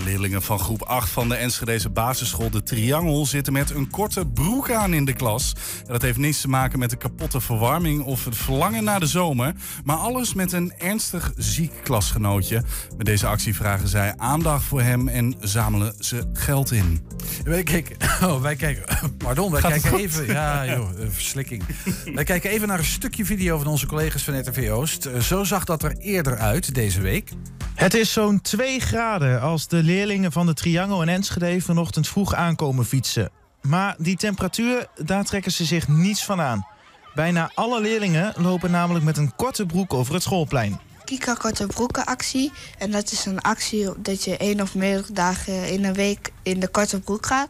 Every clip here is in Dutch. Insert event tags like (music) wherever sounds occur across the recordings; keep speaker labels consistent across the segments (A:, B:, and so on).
A: leerlingen van groep 8 van de Enschedeze basisschool De Triangel zitten met een korte broek aan in de klas. En dat heeft niets te maken met de kapotte verwarming of het verlangen naar de zomer, maar alles met een ernstig ziek klasgenootje. Met deze actie vragen zij aandacht voor hem en zamelen ze geld in.
B: Wij kijken, (laughs) oh, wij kijken, (laughs) pardon, wij
A: Gaat het
B: kijken
A: goed? (laughs)
B: even, ja joh, eh, verslikking. wij kijken even naar een stukje video van onze collega's van RTV Oost. Eh, Zo zag dat er eerder uit deze week.
C: Het is zo'n 2 graden als de leerlingen van de Triangel en Enschede vanochtend vroeg aankomen fietsen. Maar die temperatuur, daar trekken ze zich niets van aan. Bijna alle leerlingen lopen namelijk met een korte broek over het schoolplein.
D: Kika Korte Broeken actie. En dat is een actie dat je één of meerdere dagen in een week in de korte broek gaat.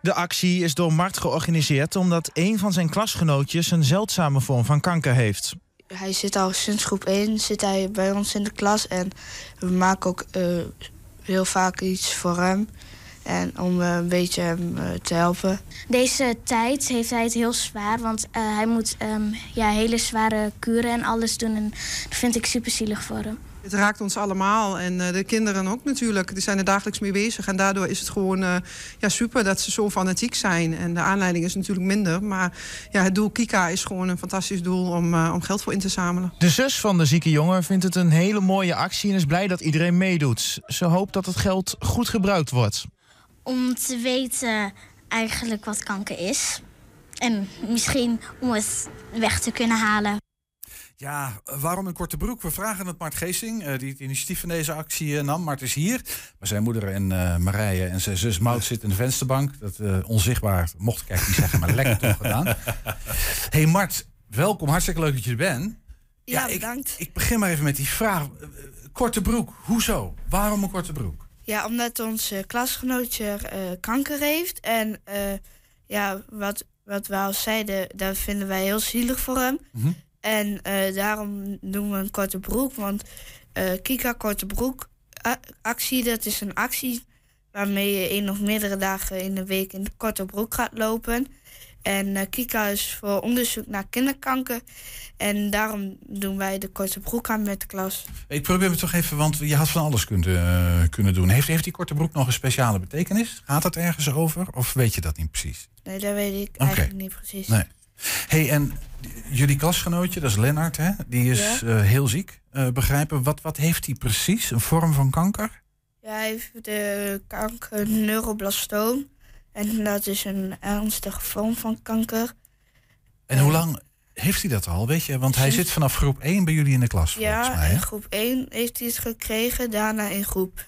C: De actie is door Mart georganiseerd omdat een van zijn klasgenootjes een zeldzame vorm van kanker heeft.
D: Hij zit al sinds groep 1 zit hij bij ons in de klas. En we maken ook eh, heel vaak iets voor hem. En om eh, een beetje hem eh, te helpen.
E: Deze tijd heeft hij het heel zwaar, want eh, hij moet ehm, ja, hele zware kuren en alles doen. En dat vind ik super zielig voor hem.
F: Het raakt ons allemaal en eh, de kinderen ook natuurlijk. Die zijn er dagelijks mee bezig en daardoor is het gewoon eh, ja, super dat ze zo fanatiek zijn. En de aanleiding is natuurlijk minder, maar ja, het doel Kika is gewoon een fantastisch doel om, eh, om geld voor in te zamelen.
C: De zus van de zieke jongen vindt het een hele mooie actie en is blij dat iedereen meedoet. Ze hoopt dat het geld goed gebruikt wordt.
E: Om te weten eigenlijk wat kanker is. En misschien om het weg te kunnen halen.
B: Ja, eh, waarom een korte broek? We vragen het Mart Geesing, eh, die het initiatief van deze actie eh, nam. Mart is hier, maar zijn moeder en eh, Marije en zijn zus Maud zitten in de vensterbank. Dat eh, onzichtbaar, mocht ik eigenlijk niet zeggen, maar lekker (laughs) toch gedaan. hey Mart, welkom, hartstikke leuk dat je er bent.
G: Ja,
B: ik-
G: bedankt.
B: Ik, begin maar even met die vraag. Eh, eh, Korte broek, hoezo? Waarom een korte broek?
D: Ja, omdat ons eh, klasgenootje eh, kanker heeft. En eh, ja, wat, wat we al zeiden, dat vinden wij heel zielig voor hem.
B: Mhm.
D: En eh, daarom doen we een korte broek. Want eh, Kika Korte Broek a- actie, dat is een actie waarmee je één of meerdere dagen in de week in de korte broek gaat lopen. En eh, Kika is voor onderzoek naar kinderkanker. En daarom doen wij de korte broek aan met de klas.
B: Ik probeer het toch even, want je had van alles kunnen, eh, kunnen doen. Heeft, heeft die korte broek nog een speciale betekenis? Gaat dat ergens over? Of weet je dat niet precies?
D: Nee, dat weet ik
B: Oké.
D: eigenlijk niet precies.
B: Nee. hey, en jullie klasgenootje, dat is Lennart, hè? Die is
D: Ja.
B: eh, heel ziek. Eh, begrijpen, wat, wat heeft hij precies? Een vorm van kanker?
D: Ja, hij heeft de kanker neuroblastoom. En dat is een ernstige vorm van kanker.
B: En hoe lang heeft hij dat al, weet je? Want hij
D: Sinds-
B: zit vanaf groep 1 bij jullie in de klas, volgens
D: Ja,
B: mij. Hè?
D: in groep 1 heeft hij het gekregen. Daarna in groep,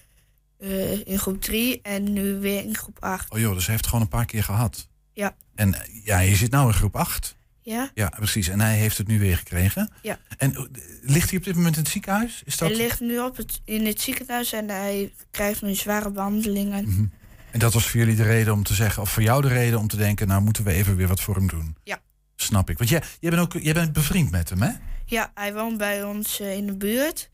D: eh, in groep 3 en nu weer in groep 8.
B: Oh joh, dus hij heeft het gewoon een paar keer gehad.
D: Ja.
B: En eh, ja, je zit nou in groep 8.
D: Ja?
B: Ja, precies. En hij heeft het nu weer gekregen.
D: Ja.
B: En eh, ligt hij op dit moment in het ziekenhuis? Is dat...
D: Hij ligt nu op het, in het ziekenhuis en hij krijgt nu zware behandelingen.
B: Mhm. En dat was voor jullie de reden om te zeggen, of voor jou de reden om te denken, nou moeten we even weer wat voor hem doen.
D: Ja.
B: Snap ik. Want jij, jij bent ook jij bent bevriend met hem, hè?
D: Ja, hij woont bij ons eh, in de buurt.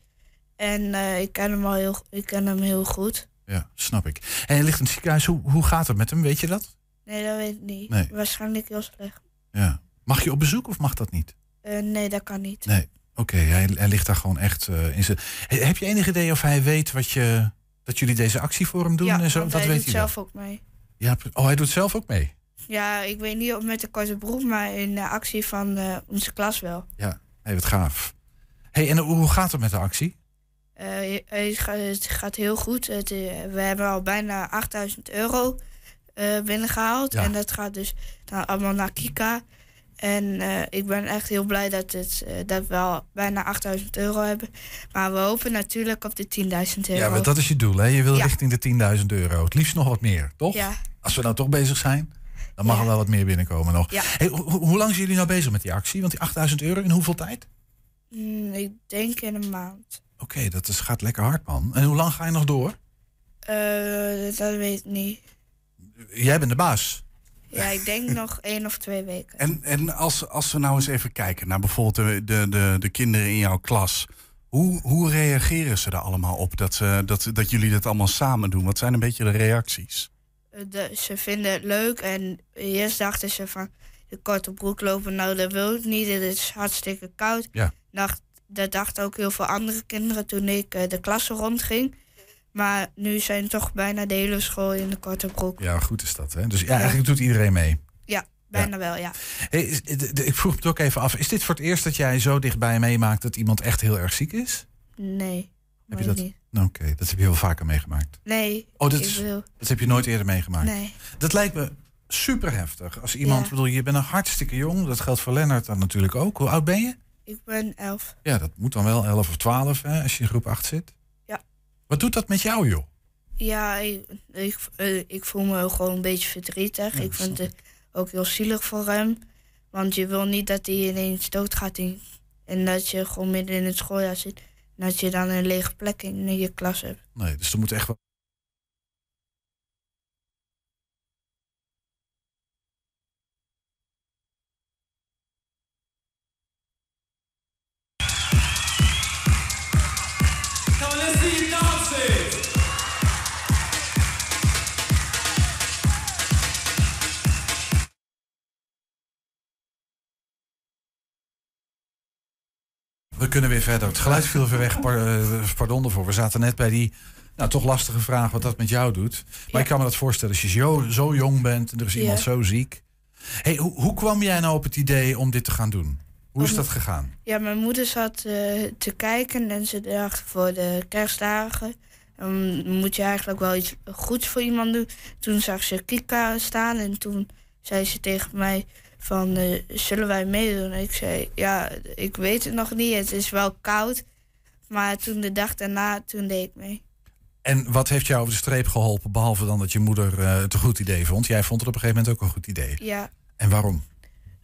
D: En eh, ik, ken hem al heel, ik ken hem heel goed.
B: Ja, snap ik. En hij ligt in het ziekenhuis. Hoe, hoe gaat het met hem? Weet je dat?
D: Nee, dat weet ik niet.
B: Nee.
D: Waarschijnlijk heel slecht.
B: Ja. Mag je op bezoek of mag dat niet?
D: Eh, nee, dat kan niet.
B: Nee. Oké, hij, hij ligt daar gewoon echt eh, in zijn. He- Heb je enig idee of hij weet wat je, dat jullie deze actie voor hem doen
D: ja,
B: en zo?
D: want
B: dat
D: hij
B: weet
D: doet
B: hij
D: zelf ook mee.
B: wel. Ja, pre- oh, hij doet zelf ook mee.
D: Ja, ik weet niet of met de korte broek, maar in de actie van eh, onze klas wel.
B: Hey, wat gaaf. Hey, en hoe hoe gaat het met de actie?
D: Eh, het, ga- het gaat heel goed. Het, eh, we hebben al bijna 8000 euro eh, binnengehaald.
B: Ja.
D: En dat gaat dus dan allemaal naar Kika. En eh, ik ben echt heel blij dat, het, eh, dat we al bijna 8000 euro hebben. Maar we hopen natuurlijk op de 10.000 euro.
B: Ja, want dat is je doel, hè? Je wil
D: Ja.
B: richting de 10.000 euro. Het liefst nog wat meer, toch?
D: Ja.
B: Als we nou toch bezig zijn, dan mag
D: Ja.
B: er wel wat meer binnenkomen nog.
D: Ja.
B: Hey, ho- ho- hoe lang zijn jullie nou bezig met die actie? Want die 8000 euro in hoeveel tijd?
D: Mm, ik denk in een maand.
B: Oké, dat is, gaat lekker hard, man. En hoe lang ga je nog door?
D: Eh, dat weet ik niet.
B: Jij bent de baas.
D: Ja,
B: (laughs)
D: ik denk nog één of twee weken.
A: En, en als, als we nou eens even kijken naar bijvoorbeeld de, de, de, de kinderen in jouw klas. Hoe, hoe reageren ze er allemaal op dat, ze, dat, dat jullie dit allemaal samen doen? Wat zijn een beetje de reacties?
D: Eh, de- ze vinden het leuk en eerst dachten ze van de korte broek lopen, nou dat wil ik niet, het is hartstikke koud.
B: Ja.
D: Dacht, dat dachten ook heel veel andere kinderen toen ik eh, de klasse rondging. Maar nu zijn toch bijna de hele school in de korte broek.
B: Ja, goed is dat. Hè? Dus ja, eigenlijk doet iedereen mee.
D: Bijna wel, ja.
B: Hey, is- d- d- ik vroeg het ook even af. Is dit voor het eerst dat jij zo dichtbij meemaakt dat iemand echt heel erg ziek is?
D: Nee.
B: Heb je
D: weet
B: dat-
D: niet.
B: Nou, Oké, dat heb je wel vaker meegemaakt.
D: Nee.
B: Oh, dat,
D: ik
B: is,
D: wil.
B: dat heb je nooit eerder meegemaakt.
D: Nee.
B: Dat lijkt me super heftig. Als iemand,
D: Ja.
B: bedoel, je bent een hartstikke jong. Dat geldt voor Lennart dan natuurlijk ook. Hoe oud ben je?
D: Ik ben elf.
B: Ja, dat moet dan wel 11 of 12 hè, als je in groep 8 zit.
D: Ja.
B: Wat doet dat met jou, joh?
D: Ja, ik, ik, eh, ik voel me gewoon een beetje verdrietig.
B: Ja,
D: ik
B: snap
D: vind het ook heel zielig voor hem. Want je wil niet dat hij ineens doodgaat. En, en dat je gewoon midden in het schooljaar zit. En dat je dan een lege plek in je klas hebt.
B: Nee, dus er moet echt wel.
G: Come on, let's see you dancing.
B: We kunnen weer verder. Het geluid viel even weg. Par- eh, Pardon ervoor. We zaten net bij die nou, toch lastige vraag wat dat met jou doet. Maar
D: Ja.
B: ik kan me dat voorstellen. Als je zo, zo jong bent en er is
D: Ja.
B: iemand zo ziek. Hey, hoe, hoe kwam jij nou op het idee om dit te gaan doen? Hoe is
D: Om-
B: dat gegaan?
D: Ja, mijn moeder zat eh, te kijken en ze dacht voor de kerstdagen ehm, moet je eigenlijk wel iets goeds voor iemand doen. Toen zag ze Kika staan en toen zei ze tegen mij van eh, zullen wij meedoen? En ik zei ja, ik weet het nog niet, het is wel koud. Maar toen de dag daarna, toen deed ik mee.
B: En wat heeft jou over de streep geholpen? Behalve dan dat je moeder eh, het een goed idee vond. Jij vond het op een gegeven moment ook een goed idee.
D: Ja,
B: En waarom?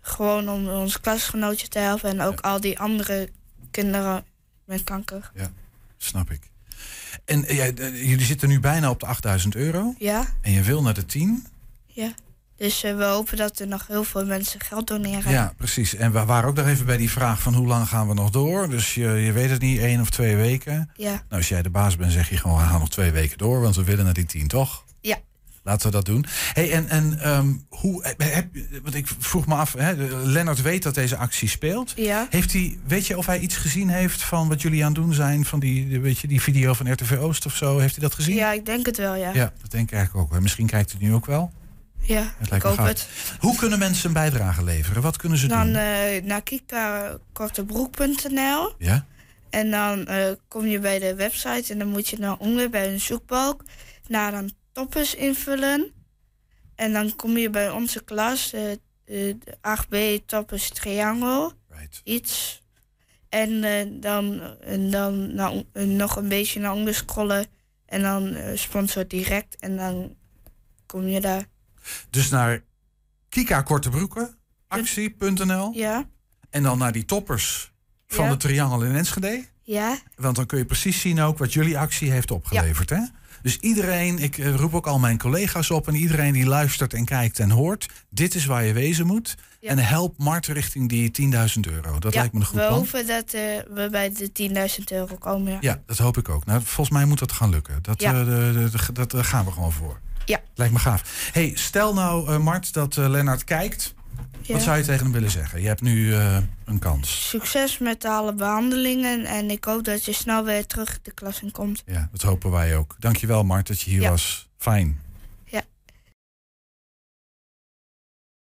D: gewoon om ons klasgenootje te helpen en ook al die andere kinderen met kanker.
B: Snap ik. En eh, jij- eh, jullie zitten nu bijna op de 8000 euro.
D: Ja,
B: En je wil naar de 10.
D: dus eh, we hopen dat er nog heel veel mensen geld doneren.
B: Ja, precies. En we waren ook nog even bij die vraag van hoe lang gaan we nog door? Dus je, je weet het niet, één of twee weken.
D: ja.
B: Nou, als jij de baas bent, zeg je gewoon, we gaan nog twee weken door, want we willen naar die 10, toch?
D: Ja.
B: Laten we dat doen. Hey, en en ehm, hoe, heb- heb, want ik vroeg me af, hè, de- Lennart weet dat deze actie speelt.
D: Ja,
B: Heeft hij, weet je of hij iets gezien heeft van wat jullie aan het doen zijn? Van die, die- weet je, die video van RTV Oost of zo? Heeft hij dat gezien?
D: ja ik denk het wel, ja.
B: Ja, dat denk ik eigenlijk ook. wel. Misschien kijkt hij het nu ook wel.
D: Ja,
B: lijkt me
D: ik hoop
B: gaaf.
D: het.
B: Hoe kunnen mensen een bijdrage leveren? Wat kunnen ze
D: Dan
B: doen?
D: eh, naar kikakortebroek.nl
B: Ja?
D: en dan eh, kom je bij de website en dan moet je naar onder bij een zoekbalk naar dan toppers invullen. En dan kom je bij onze klas, eh, eh, de 8B toppers triangle,
B: Right.
D: iets. En eh, dan, en dan naar on- eh, nog een beetje naar onder scrollen en dan eh, sponsor direct en dan kom je daar.
B: Dus naar Kika Kortebroeken, actie.nl.
D: Ja,
B: En dan naar die toppers van
D: Ja.
B: de triangel in Enschede.
D: ja.
B: Want dan kun je precies zien ook wat jullie actie heeft opgeleverd. Hè? Dus iedereen, ik eh, roep ook al mijn collega's op... en iedereen die luistert en kijkt en hoort... dit is waar je wezen moet.
D: Ja.
B: En help Mart richting die 10.000 euro. Dat
D: Ja,
B: lijkt me een goed
D: We
B: plan.
D: hopen dat eh, we bij de 10.000 euro komen. Ja.
B: Ja, dat hoop ik ook. Nou, volgens mij moet dat gaan lukken. Dat,
D: Ja.
B: eh, de- de- de- dat eh, gaan we gewoon voor.
D: Ja.
B: Lijkt me gaaf. hey, stel nou, eh, Mart, dat eh, Lennart kijkt.
D: Ja.
B: Wat zou je tegen hem willen zeggen? Je hebt nu eh, een kans.
D: Succes met alle behandelingen en ik hoop dat je snel weer terug de klas in komt.
B: Ja, dat hopen wij ook. Dankjewel, Mart, dat je hier
D: Ja.
B: was. Fijn.